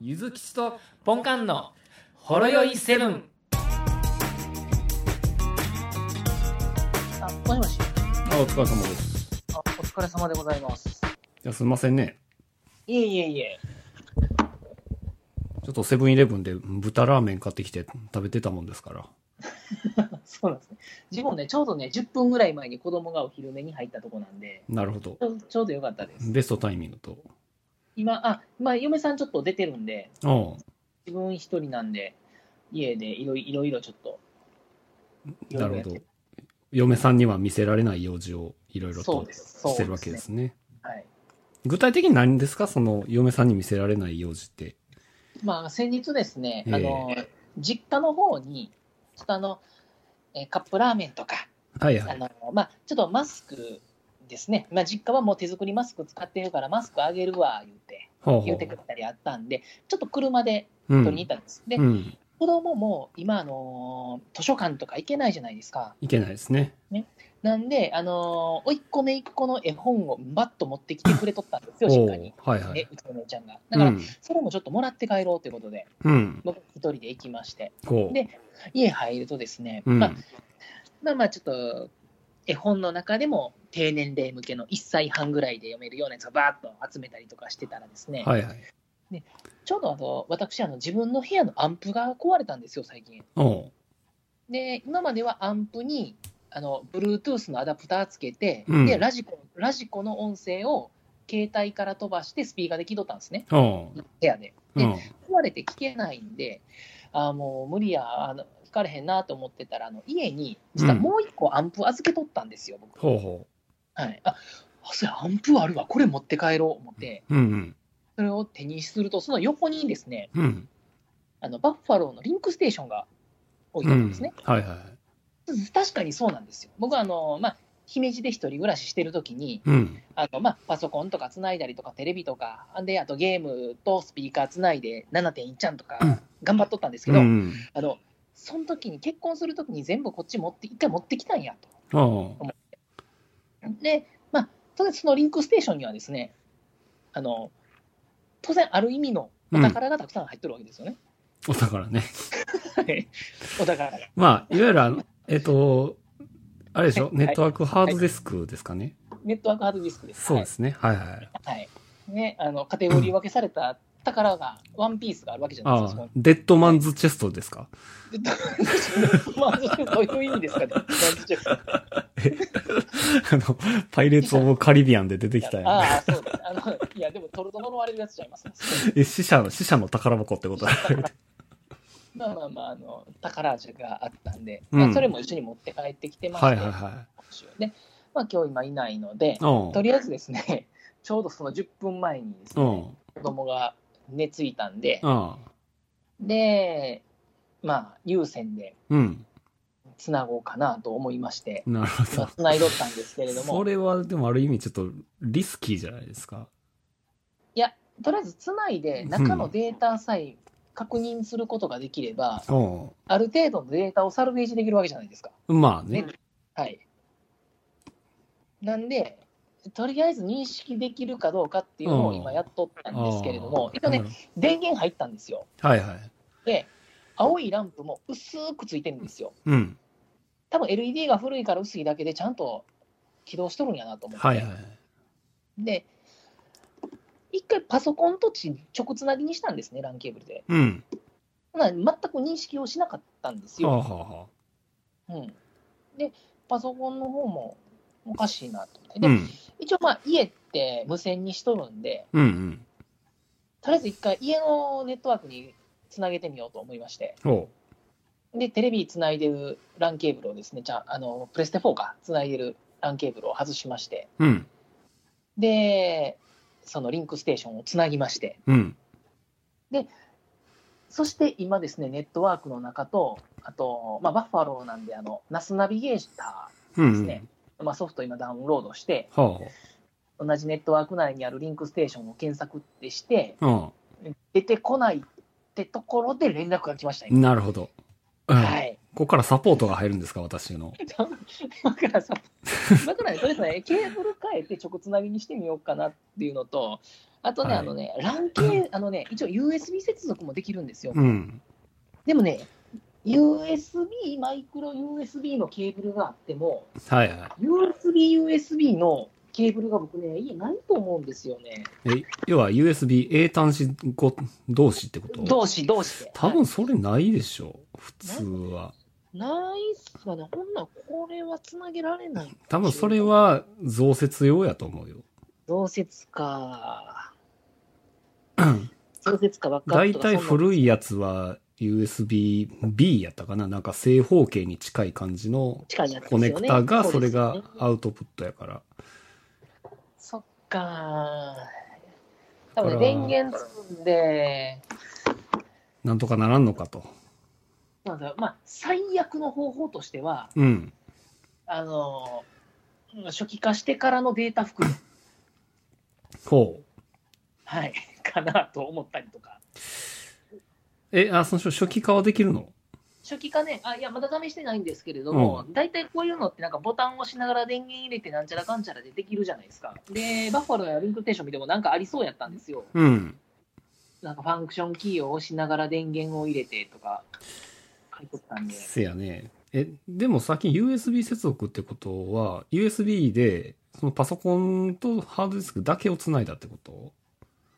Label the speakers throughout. Speaker 1: ゆずきちとポンカンのほろよいセブン。
Speaker 2: あ、もしもし。
Speaker 3: あお疲れ様です。
Speaker 2: あ、お疲れ様でございます。
Speaker 3: いや、すいませんね。
Speaker 2: いえいえいえ。
Speaker 3: ちょっとセブンイレブンで豚ラーメン買ってきて食べてたもんですから。
Speaker 2: そうなんですね。自分ね、ちょうどね、10分ぐらい前に子供がお昼寝に入ったとこなんで、
Speaker 3: なるほど
Speaker 2: ち。ょちょうどよかったです。
Speaker 3: ベストタイミングと。
Speaker 2: 今、あ、まあ、嫁さんちょっと出てるんで、
Speaker 3: あ
Speaker 2: 自分一人なんで、家でいろいろいろちょっと。
Speaker 3: あ、なるほど。嫁さんには見せられない用事をいろいろ
Speaker 2: そう
Speaker 3: と
Speaker 2: です。そう
Speaker 3: してるわけですね。
Speaker 2: はい。
Speaker 3: 具体的に何ですかその嫁さんに見せられない用事って。
Speaker 2: まあ、先日ですね、
Speaker 3: ええ
Speaker 2: あの、実家の方に、ちょっとあの、えーカップラーメンとか、
Speaker 3: はいは
Speaker 2: あ
Speaker 3: い。
Speaker 2: のまあ、ちょっとマスクですね、まあ、実家はもう手作りマスク使ってるから、マスクあげるわ言って、
Speaker 3: ほう
Speaker 2: 言
Speaker 3: ほ
Speaker 2: ってくれたりあったんで、ちょっと車で
Speaker 3: う。う
Speaker 2: 取りに
Speaker 3: ん
Speaker 2: 行。ったんです。で
Speaker 3: う、ん。
Speaker 2: 子供も今、あのー図書館とか行けないじゃないですか。
Speaker 3: いけないですね。
Speaker 2: なんで、あのー、おいっ子めいっ子の絵本をバッと持ってきてくれとったんですよ、
Speaker 3: お
Speaker 2: 実
Speaker 3: う
Speaker 2: 家に。
Speaker 3: はいは
Speaker 2: ね
Speaker 3: い。
Speaker 2: うちの姉ちゃんが。だ
Speaker 3: う
Speaker 2: から、
Speaker 3: ん。
Speaker 2: それもちょっともらって帰ろうということで、
Speaker 3: うん。
Speaker 2: 僕一人で行きまして、
Speaker 3: こ
Speaker 2: で家入るとですね、
Speaker 3: う。うん
Speaker 2: まあ。まあまあちょっと絵本の中でも低年齢向けの1歳半ぐらいで読めるようなやつをバーッと集めたりとかしてたらですね、
Speaker 3: はいはい。
Speaker 2: ちょうどあの私あの自分の部屋のアンプが壊れたんですよ最近
Speaker 3: おう。
Speaker 2: で今まではアンプにあの Bluetooth のアダプターつけて、
Speaker 3: うん
Speaker 2: でラジコラジコの音声を携帯から飛ばしてスピーカーで聞いとったんですね
Speaker 3: おう。
Speaker 2: 部屋で
Speaker 3: う
Speaker 2: で
Speaker 3: ん。
Speaker 2: 壊れて聞けないんで、あーもう無理や、あの聞かれへんなと思ってたら、あの家に、実はもう一個アンプ預けとったんですよ、僕。
Speaker 3: ほうほ
Speaker 2: はい、ああそうやアンプあるわ、これ持って帰ろう思って、
Speaker 3: う。うん
Speaker 2: それを手にすると、その横にですね、
Speaker 3: うん。うん。
Speaker 2: あのバッファローのリンクステーションが置いうてあるん
Speaker 3: ん
Speaker 2: ですね。。
Speaker 3: はいはい。
Speaker 2: 確かにそうなんですよ。僕はあの、まあ姫路で一人暮らししてるときに
Speaker 3: うん。
Speaker 2: あの、まあ、パソコンとかつないだりとか、テレビとか、であとゲームとスピーカーつないで7.1ちゃんとか頑張っとったんですけ
Speaker 3: う
Speaker 2: ど、
Speaker 3: ん。
Speaker 2: あの、その時に結婚する時に全部こっち持って、一回持ってきたんやと。
Speaker 3: おう。
Speaker 2: で、まあ、当然そのリンクステーションにはですね、あの、当然ある意味のお宝がたくさん入ってるわけですよね。
Speaker 3: お宝ね。
Speaker 2: はい お宝が。
Speaker 3: まあ、いわゆるあの、えっ、と、あれでしょ、
Speaker 2: はい
Speaker 3: ネットワークハードディスクですかね。
Speaker 2: ネットワークハードディスクです。
Speaker 3: そうですね。はいはい。
Speaker 2: はい。はい。ね、あの、カテゴリー分けされた宝が、ワンピースがあるわけじゃない
Speaker 3: あ
Speaker 2: ですか
Speaker 3: あ。、デッドマンズチェストですか
Speaker 2: でど まあ、そういう意味ですかね。
Speaker 3: あの、パイレーツ・オブ・カリビアン で出てきたよ、ね。
Speaker 2: ああ、そうです。あの、いや、でも、トロトロの割れるやつちゃいます。
Speaker 3: え、死者の、死者の宝箱ってことだ。
Speaker 2: まあまあまあ、あの宝味があったんで、
Speaker 3: うん
Speaker 2: まあ、それも一緒に持って帰ってきてまして、
Speaker 3: はいはいは
Speaker 2: でまあ、今日今いないの
Speaker 3: い。、
Speaker 2: で
Speaker 3: うん。
Speaker 2: とりあえずですね、 ちょうどその10分前にです
Speaker 3: う
Speaker 2: ね、
Speaker 3: ん。うん。
Speaker 2: 子供が寝ついたんで、
Speaker 3: あ
Speaker 2: で、まあ、有線で
Speaker 3: うん。
Speaker 2: つなごうかなと思いまして、
Speaker 3: なる
Speaker 2: ま
Speaker 3: ほ
Speaker 2: あ、つないどったんですけれ
Speaker 3: ど。
Speaker 2: ど
Speaker 3: そ
Speaker 2: も、
Speaker 3: れは、でもある意味ちょっとリスキーじゃないですか。
Speaker 2: とりあえずつないで、中のデータさえ確認することができれば、
Speaker 3: う
Speaker 2: ある程度のデータをサルベージできるわけじゃないですか。
Speaker 3: ん。まあね
Speaker 2: ね。はい。なんで、とりあえず認識できるかどうかっていうの
Speaker 3: う
Speaker 2: を
Speaker 3: ん
Speaker 2: 今やっとったんですけれど
Speaker 3: あ
Speaker 2: も
Speaker 3: あ、
Speaker 2: えっとね
Speaker 3: な、る
Speaker 2: 電源入ったんですよ。
Speaker 3: はいはい。
Speaker 2: で、青いランプも薄くついてるんですよ。
Speaker 3: うん。
Speaker 2: 多分 LED が古いから薄いだけで、ちゃんと起動しとるんやなと思って。
Speaker 3: はいはい。
Speaker 2: で、一回パソコンとち直つなぎにしたんですね、LAN ケーブルで。
Speaker 3: うん。
Speaker 2: ほな全く認識をしなかったんです
Speaker 3: はあ
Speaker 2: よ。
Speaker 3: はあはあ。
Speaker 2: うん、で、パソコンの方もおかしいなと思って。で
Speaker 3: うん。
Speaker 2: 一応まあ家って無線にしとるんで、
Speaker 3: うんうん。
Speaker 2: とりあえず一回家のネットワークにつなげてみようと思いまして、
Speaker 3: おう。
Speaker 2: で、テレビつないでる LAN ケーブルをですね、じゃあ、あの、プレステ4か、つないでる LAN ケーブルを外しまして、
Speaker 3: うん。
Speaker 2: で、そのリンクステーションをつなぎまして、
Speaker 3: うん。
Speaker 2: そして今ですね、ネットワークの中と、あと、まあ、バッファローなんで、あの、ナスナビゲータ
Speaker 3: うんうん。
Speaker 2: ですねー、まあ、ソフト今ダウンロードして、
Speaker 3: はあは
Speaker 2: 同じネットワーク内にあるリンクステーションを検索ってして、
Speaker 3: あ。
Speaker 2: 出てこないってところで連絡が来ました、
Speaker 3: うん。
Speaker 2: 今。
Speaker 3: なるほど。うん
Speaker 2: はい。
Speaker 3: ここからサポートが入るんですか、私の。
Speaker 2: だからさ、だからね、とりあえずね、ケーブル変えて直つなぎにしてみようかなっていうのと、あとね、
Speaker 3: はい
Speaker 2: あのね、ラ ン系、あのね、一応 USB 接続もできるんですよ。
Speaker 3: うん。
Speaker 2: でもね、USB、マイクロ USB のケーブルがあっても、
Speaker 3: はいは
Speaker 2: USB、USB のケーブルが僕ね、家ないと思うんですよね。
Speaker 3: い。え、要は USB A 端子ご同士ってこと
Speaker 2: 同士、同士で。
Speaker 3: 多分それないでしょ。普通は。
Speaker 2: ないっすかね。ほんならこれはつなげられない。
Speaker 3: 多分それは増設用やと思うよ。
Speaker 2: 増設か。増設かばっか
Speaker 3: だ
Speaker 2: り
Speaker 3: いたい古いやつは USB-B やったかななんか正方形に近い感じの
Speaker 2: 近いやつです
Speaker 3: コ
Speaker 2: よね
Speaker 3: ネクタが
Speaker 2: う
Speaker 3: それ
Speaker 2: ですよね
Speaker 3: がアウトプットやから。
Speaker 2: そっかー。
Speaker 3: だか
Speaker 2: 多分ね
Speaker 3: ら
Speaker 2: 電源積んで、
Speaker 3: なんとかならんのかと。
Speaker 2: なんだろうまあ、最悪の方法としては、
Speaker 3: うん。
Speaker 2: あのー初期化してからのデータ復元、
Speaker 3: ほう。
Speaker 2: はい、 かなと思ったりとか。
Speaker 3: え、あ、その初期化はできるの
Speaker 2: 初期化ね、あいや、まだ試してないんですけれども、大体、こういうのって、なんかボタンを押しながら電源入れて、なんちゃらかんちゃらでできるじゃないですか。で、バッファローやリンクステーション見ても、なんかありそうやったんですよ。
Speaker 3: うん。
Speaker 2: なんかファンクションキーを押しながら電源を入れてとか、書いとったんで。
Speaker 3: せやね。え、でもさっき USB 接続ってことは、USB で、そのパソコンとハードディスクだけをつないだってこと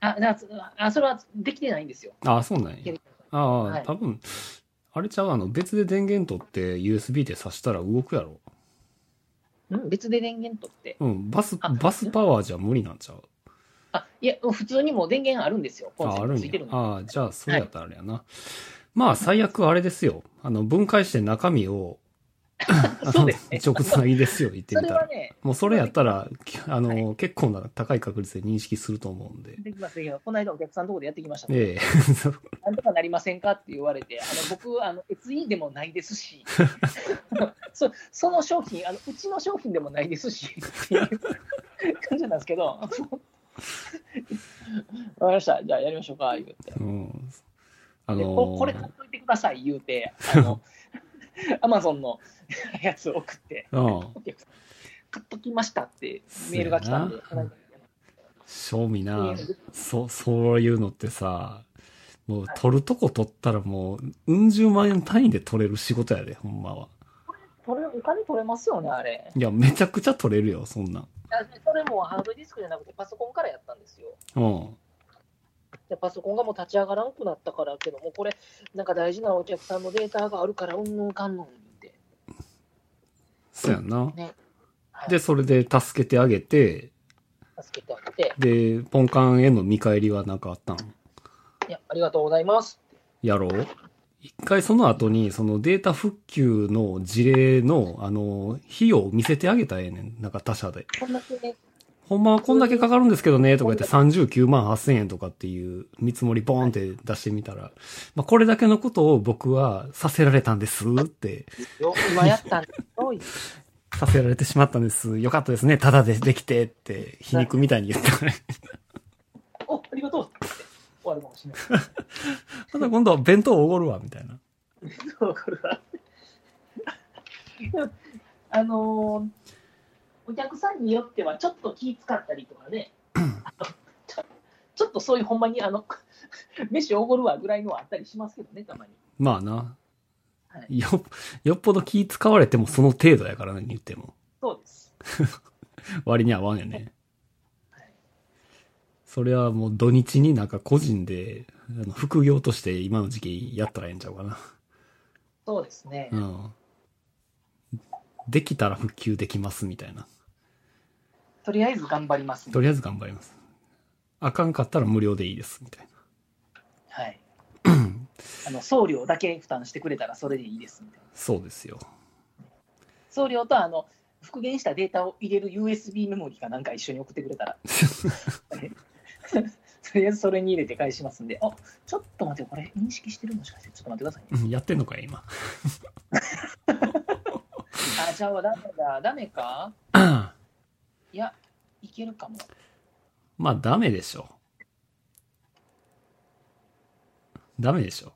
Speaker 2: あ、だからあそれはできてないんですよ。
Speaker 3: あ、そうなんや。ああ、
Speaker 2: はい
Speaker 3: 多分、あれちゃう、あの、別で電源取って USB で挿したら動くやろ。
Speaker 2: うん別で電源取って。
Speaker 3: うん、バス、
Speaker 2: あ
Speaker 3: バスパワーじゃ無理なんちゃう。
Speaker 2: あ、いや、普通にもう電源あるんですよ。コンセ
Speaker 3: あ、あ
Speaker 2: ン
Speaker 3: る
Speaker 2: ト
Speaker 3: ん
Speaker 2: ついて
Speaker 3: や
Speaker 2: る。の。
Speaker 3: ああ、じゃあ、それやったらあれやな。まあ、最悪あれですよ。あの、分解して中身を、あ
Speaker 2: そうですね
Speaker 3: の直接いいですよ、言って
Speaker 2: そ
Speaker 3: み
Speaker 2: れ
Speaker 3: た
Speaker 2: は
Speaker 3: ら。
Speaker 2: ね、
Speaker 3: もうそれやったら、きあの、
Speaker 2: は
Speaker 3: 結構な高い確率で認識すると思うんで。
Speaker 2: できますよ。この間お客さんのとこでやってきました、ね。
Speaker 3: え えそう
Speaker 2: なんとかなりませんかって言われて、あの僕、あの SE でもないですし、 そその商品あの、うちの商品でもないですしっていう感じなんですけど、わかりました、じゃあやりましょうか、言うて。
Speaker 3: うん。あ
Speaker 2: で
Speaker 3: の
Speaker 2: ここれ買っといてください言うて、あのアマゾンのやつ送って、
Speaker 3: うん。
Speaker 2: 買っときましたってメールが来たんで、
Speaker 3: そうやな賞味な、そ、そういうのってさ、もう取るとこ取ったらもう、うん十万円単位で取れる仕事やで、ほんまは。
Speaker 2: 取れお金取れますよね、あれ。
Speaker 3: いや、めちゃくちゃ取れるよ、そんなん。
Speaker 2: あそれもハードディスクじゃなくて、パソコンからやったんですよ。
Speaker 3: うん。
Speaker 2: でパソコンがもう立ち上がらんくなったからけども、これ、なんか大事なお客さんのデータがあるから、うんうんかんのんって。
Speaker 3: そうやんな。
Speaker 2: ねはい
Speaker 3: で、それで助けてあげて、
Speaker 2: 助けてあげて、
Speaker 3: で、ポンカンへの見返りはなんかあったん
Speaker 2: いや、ありがとうございますって。
Speaker 3: やろう一回その後に、そのデータ復旧の事例の、あの、費用を見せてあげたらええねん。なんか他社で。
Speaker 2: こんだけね、
Speaker 3: ほんまはこんだけかかるんですけどね、とか言って39万8000円とかっていう見積もりボーンって出してみたら、まあこれだけのことを僕はさせられたんですって、
Speaker 2: よ今やったんですよ。
Speaker 3: させられてしまったんです。よかったですね。ただでできてって、皮肉みたいに言ったから、
Speaker 2: お、ありがとうって終わるかもしれない。
Speaker 3: ただ今度は弁当をおごるわ、みたいな。
Speaker 2: わかるわ。 あのーお客さんによってはちょっと気使ったりとか ね、あのちょちょっとそういうほんまにあの 飯おごるわぐらいのはあったりしますけどね、たまに。
Speaker 3: まあな
Speaker 2: は。い
Speaker 3: よ、よっぽど気使われてもその程度やからね、言っても。
Speaker 2: そうです。
Speaker 3: 割に合わんよね。それはもう土日になんか個人で、あの副業として今の時期やったらええんちゃうかな。
Speaker 2: そうですね。
Speaker 3: うん。できたら復旧できますみたいな。
Speaker 2: とりあえず頑張ります、
Speaker 3: とりあえず頑張ります。あかんかったら無料でいいですみたいな。
Speaker 2: はい。あの送料だけ負担してくれたらそれでいいですみたいな。
Speaker 3: そうですよ。
Speaker 2: 送料とあの復元したデータを入れる USB メモリかなんか一緒に送ってくれたら、 とりあえずそれに入れて返しますんで、あちょっと待って、これ認識してるもしかして、ちょっと待ってくださいね。
Speaker 3: うんやってんのかい今。
Speaker 2: あ、じゃあダメだ、ダメかいや、いけるかも。
Speaker 3: まあダメでしょ。ダメでしょ。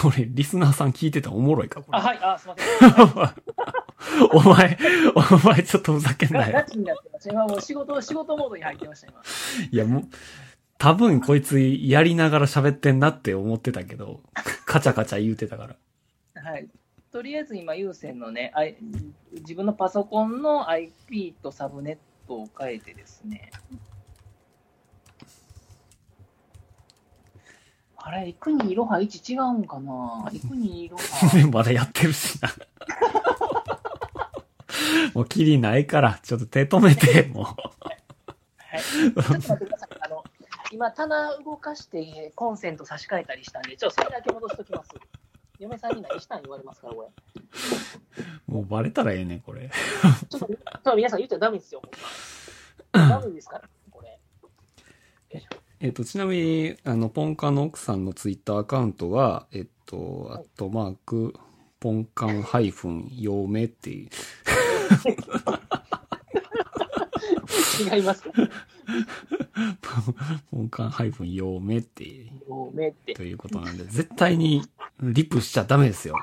Speaker 3: これ、リスナーさん聞いてたらおもろいか、こ
Speaker 2: あ、
Speaker 3: れ。
Speaker 2: はい、あ、すみません。
Speaker 3: お前、お前ちょっとふざけん
Speaker 2: ガ
Speaker 3: な
Speaker 2: ガ
Speaker 3: よ。
Speaker 2: チになってました。今もう仕事、仕事モードに入ってました、今。
Speaker 3: いや、もう、多分こいつやりながら喋ってんなって思ってたけど、カチャカチャ言うてたから。
Speaker 2: はい、とりあえず今、有線のね、I- 自分のパソコンの IP とサブネットを変えてですね。あれ、行くにいろは1違うんかな行くにいろ は。
Speaker 3: まだやってるしな。もうキリないから、ちょっと手止めて、も
Speaker 2: はい、ちょっと待ってください。あの今、棚動かしてコンセント差し替えたりしたんで、ちょっとそれだけ戻しときます。嫁さんに何したん言われますから、これ。
Speaker 3: う。もうバレたらええねん、これ。
Speaker 2: ちょっと、ちょっと皆さん言っちゃダメですよ、ほんまダメですから、これ。
Speaker 3: えっと、ちなみに、あの、ポンカンの奥さんのツイッターアカウントは、えっと、アットマーク、ポンカンハイフン、嫁っていう。
Speaker 2: 違いますか
Speaker 3: ポンカンハイフン、嫁っていう、
Speaker 2: ごめんって
Speaker 3: と。いうことなんで、絶対にリプしちゃダメですよ。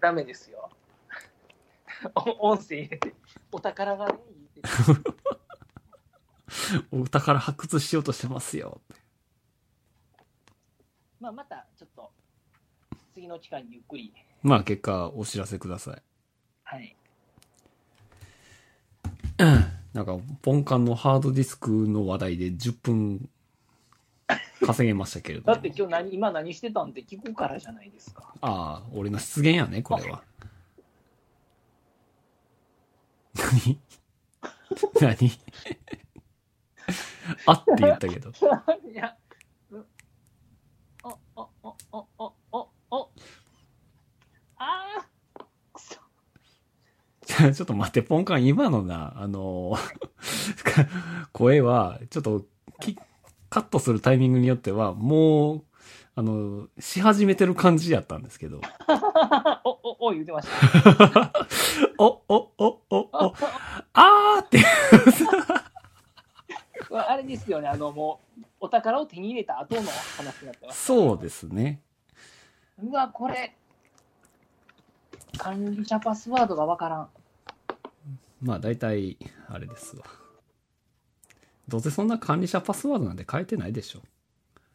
Speaker 2: ダメですよ。 お音声入れて、お宝がね、言って
Speaker 3: お宝発掘しようとしてますよ。
Speaker 2: まあ、またちょっと、次の期間にゆっくり。
Speaker 3: まあ、結果、お知らせください。
Speaker 2: はい。
Speaker 3: なんか、ポンカンのハードディスクの話題で10分稼げましたけれど
Speaker 2: だ
Speaker 3: も。
Speaker 2: って今日何、今何してたんって聞くからじゃないですか。
Speaker 3: ああ、俺の失言やね、これは。何何 あって言ったけど。
Speaker 2: いや、うんお、お、お、お、お、お、お、ああ、くそ。
Speaker 3: ちょちょっと待って、ポンカン、今のな、あのー 声は、ちょっとき、カットするタイミングによっては、もう、あの、し始めてる感じやったんですけど。
Speaker 2: お、お、お、言ってました。
Speaker 3: お、お、お、お、お、 あーって。
Speaker 2: これあれですよね、あの、もう、お宝を手に入れた後の話になってます。
Speaker 3: そうですね。
Speaker 2: うわ、これ、管理者パスワードがわからん。
Speaker 3: まあ大体、あれですわ。どうせそんな管理者パスワードなんて変えてないでしょ。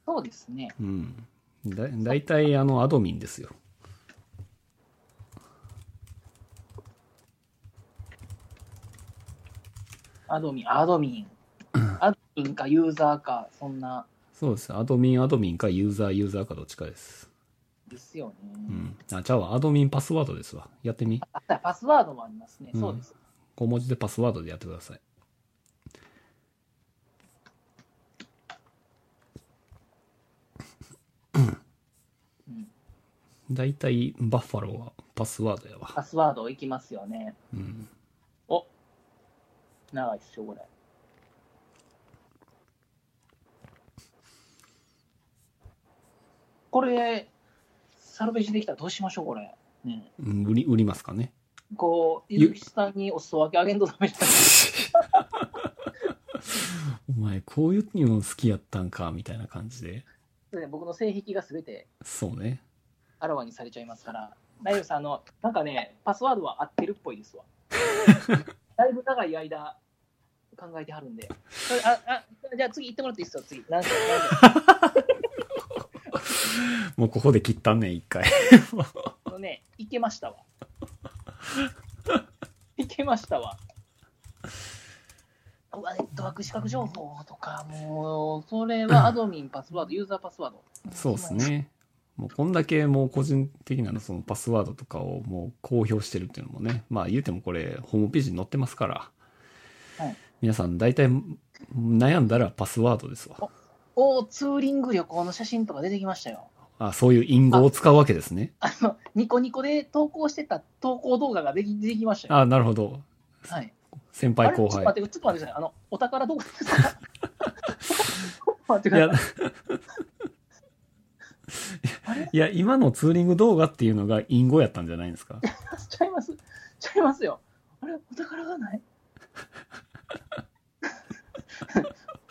Speaker 2: そうですね。
Speaker 3: うん。だ、大体あの、アドミンですよ。
Speaker 2: アドミン、アドミン。アドミンかユーザーか、そんな、
Speaker 3: そうです。アドミン、アドミンか、ユーザー、ユーザーかどっちかです。
Speaker 2: ですよね。
Speaker 3: うん。あ、ちゃうわ。アドミンパスワードですわ。やってみ。
Speaker 2: あったパスワードもありますね。
Speaker 3: うん
Speaker 2: そうです。
Speaker 3: 小文字でパスワードでやってくだ さい。
Speaker 2: うん、
Speaker 3: 大体、バッファローはパスワードやわ。
Speaker 2: パスワードいきますよね。
Speaker 3: うん。
Speaker 2: 長いっしょ、これ。これ、サルベージできたらどうしましょう、これ。ね、
Speaker 3: うん売り、売りますかね。
Speaker 2: こう、
Speaker 3: ゆ
Speaker 2: ゆきさんにお裾分けあげんとダメじゃない
Speaker 3: お前、こういうの好きやったんか、みたいな感じで。
Speaker 2: ね僕の性癖がすべて
Speaker 3: そうね。
Speaker 2: あらわにされちゃいますから、大丈夫です、あの、なんかね、パスワードは合ってるっぽいです わ。だいぶ長い間、考えてはるんで。それああじゃあ次行ってもらっていいですよ、次。なんかなんか
Speaker 3: もうここで切ったんねん、一回。
Speaker 2: あのね、行け ましたわ。行けましたわ。うわネットワーク資格情報とか、もう、それ はアドミン、パスワード、ユーザーパスワード。
Speaker 3: そうです。ね。もうこんだけもう個人的なそのパスワードとかをもう公表してるっていうのもね。まあ言うてもこれホームページに載ってますから。
Speaker 2: はい
Speaker 3: 皆さん大体悩んだらパスワードですわ。
Speaker 2: おーツーリング旅行の写真とか出てきましたよ。
Speaker 3: あそういう隠語を使うわけですね。
Speaker 2: ニコニコで投稿してた投稿動画ができ出てきましたよ。
Speaker 3: あなるほど。
Speaker 2: はい。
Speaker 3: 先輩
Speaker 2: あれ
Speaker 3: 後
Speaker 2: ちょっと
Speaker 3: 輩。
Speaker 2: 待って、ちょっと待ってください。あの、お宝どこですか ちょっと待って
Speaker 3: い
Speaker 2: くだ
Speaker 3: や
Speaker 2: さい。、 あれ
Speaker 3: いや、今のツーリング動画っていうのが隠語やったんじゃないんですか
Speaker 2: ちゃいます。ちゃいますよ。あれお宝がない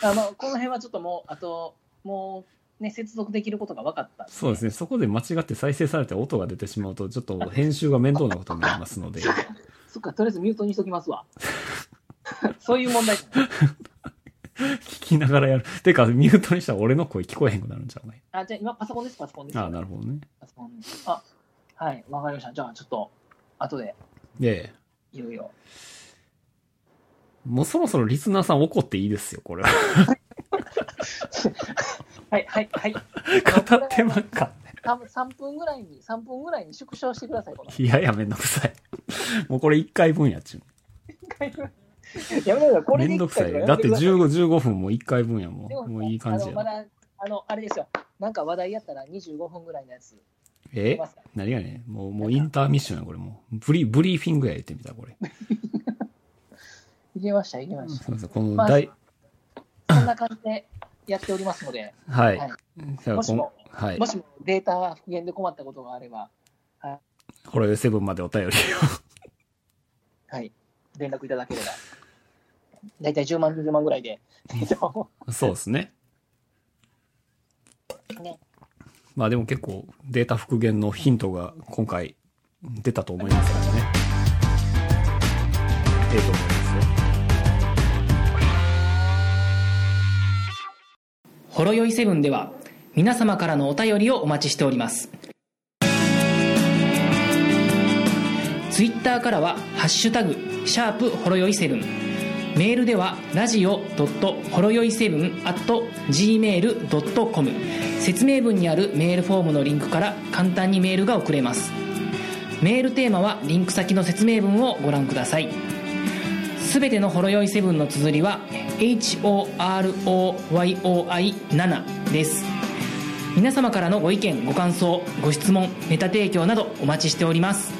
Speaker 2: あの、この辺はちょっともう、あと、もう、ね、接続できることが分かったん
Speaker 3: そうですね。 そこで間違って再生されて音が出てしまうと、ちょっと編集が面倒なことになりますので。
Speaker 2: そうかそっか、とりあえずミュートにしときますわ。 そういう問題じゃない。
Speaker 3: 聞きながらやる。てか、ミュートにしたら俺の声聞こえへんくなるんちゃうかね。
Speaker 2: あ、じゃあ今パソコンです、パソコンです。
Speaker 3: ああ、なるほどね。
Speaker 2: パソコンですあ、はい、わかりました。じゃあちょっと、後で、
Speaker 3: で、
Speaker 2: いろいろ。
Speaker 3: もうそろそろリスナーさん怒っていいですよ、これ は。
Speaker 2: はい、はい、はい。
Speaker 3: 語ってまっか。
Speaker 2: 多分3分ぐらいに、3分ぐらいに縮小してください、こ の。
Speaker 3: いやいや、めんどくさい。もうこれ1回分やっちゅ
Speaker 2: やめなさい、
Speaker 3: う。
Speaker 2: こ
Speaker 3: め
Speaker 2: れで
Speaker 3: んど
Speaker 2: 一
Speaker 3: くさ
Speaker 2: 回
Speaker 3: い。
Speaker 2: とか
Speaker 3: だって
Speaker 2: やめくさい
Speaker 3: 15、15分も1回分やも
Speaker 2: でも
Speaker 3: ん。もういい感じ
Speaker 2: あの
Speaker 3: や
Speaker 2: ま
Speaker 3: な。
Speaker 2: だ、あの、あれですよ。なんか話題やったら25分ぐらいのやつ。
Speaker 3: え
Speaker 2: ます
Speaker 3: 何がねもう、もうインターミッションや、これもう。ブリ、ブリーフィングや言ってみた、これ。
Speaker 2: いけました、いけまし
Speaker 3: そうそう、この
Speaker 2: まあ
Speaker 3: 大、
Speaker 2: た。そんな感じでやっておりますので、
Speaker 3: はい
Speaker 2: はい。
Speaker 3: じゃあ
Speaker 2: もし
Speaker 3: こん
Speaker 2: も
Speaker 3: はい
Speaker 2: も。しもデータ復元で困ったことがあれば、
Speaker 3: ホロヨイセブンまでお便り
Speaker 2: はい、連絡いただければ。大体10万、20万ぐらいで。
Speaker 3: を。そうですね。
Speaker 2: ね
Speaker 3: まあでも結構データ復元のヒントが今回出たと思いますからね。ええと思いますよ。
Speaker 1: ほろよいセブンでは皆様からのお便りをお待ちしておりますツイッターからは「ハッシュタグシャープほろよいセブン」メールではラジオほろよいセブン gmail.com 説明文にあるメールフォームのリンクから簡単にメールが送れますメールテーマはリンク先の説明文をご覧くださいすべてのほろ酔いセブンの綴りは HOROYOI7 です皆様からのご意見ご感想ご質問ネタ提供などお待ちしております